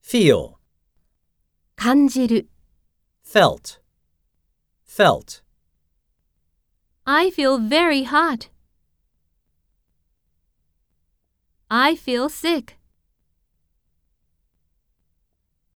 feel, 感じる。 felt, felt, I feel very hot. I feel sick.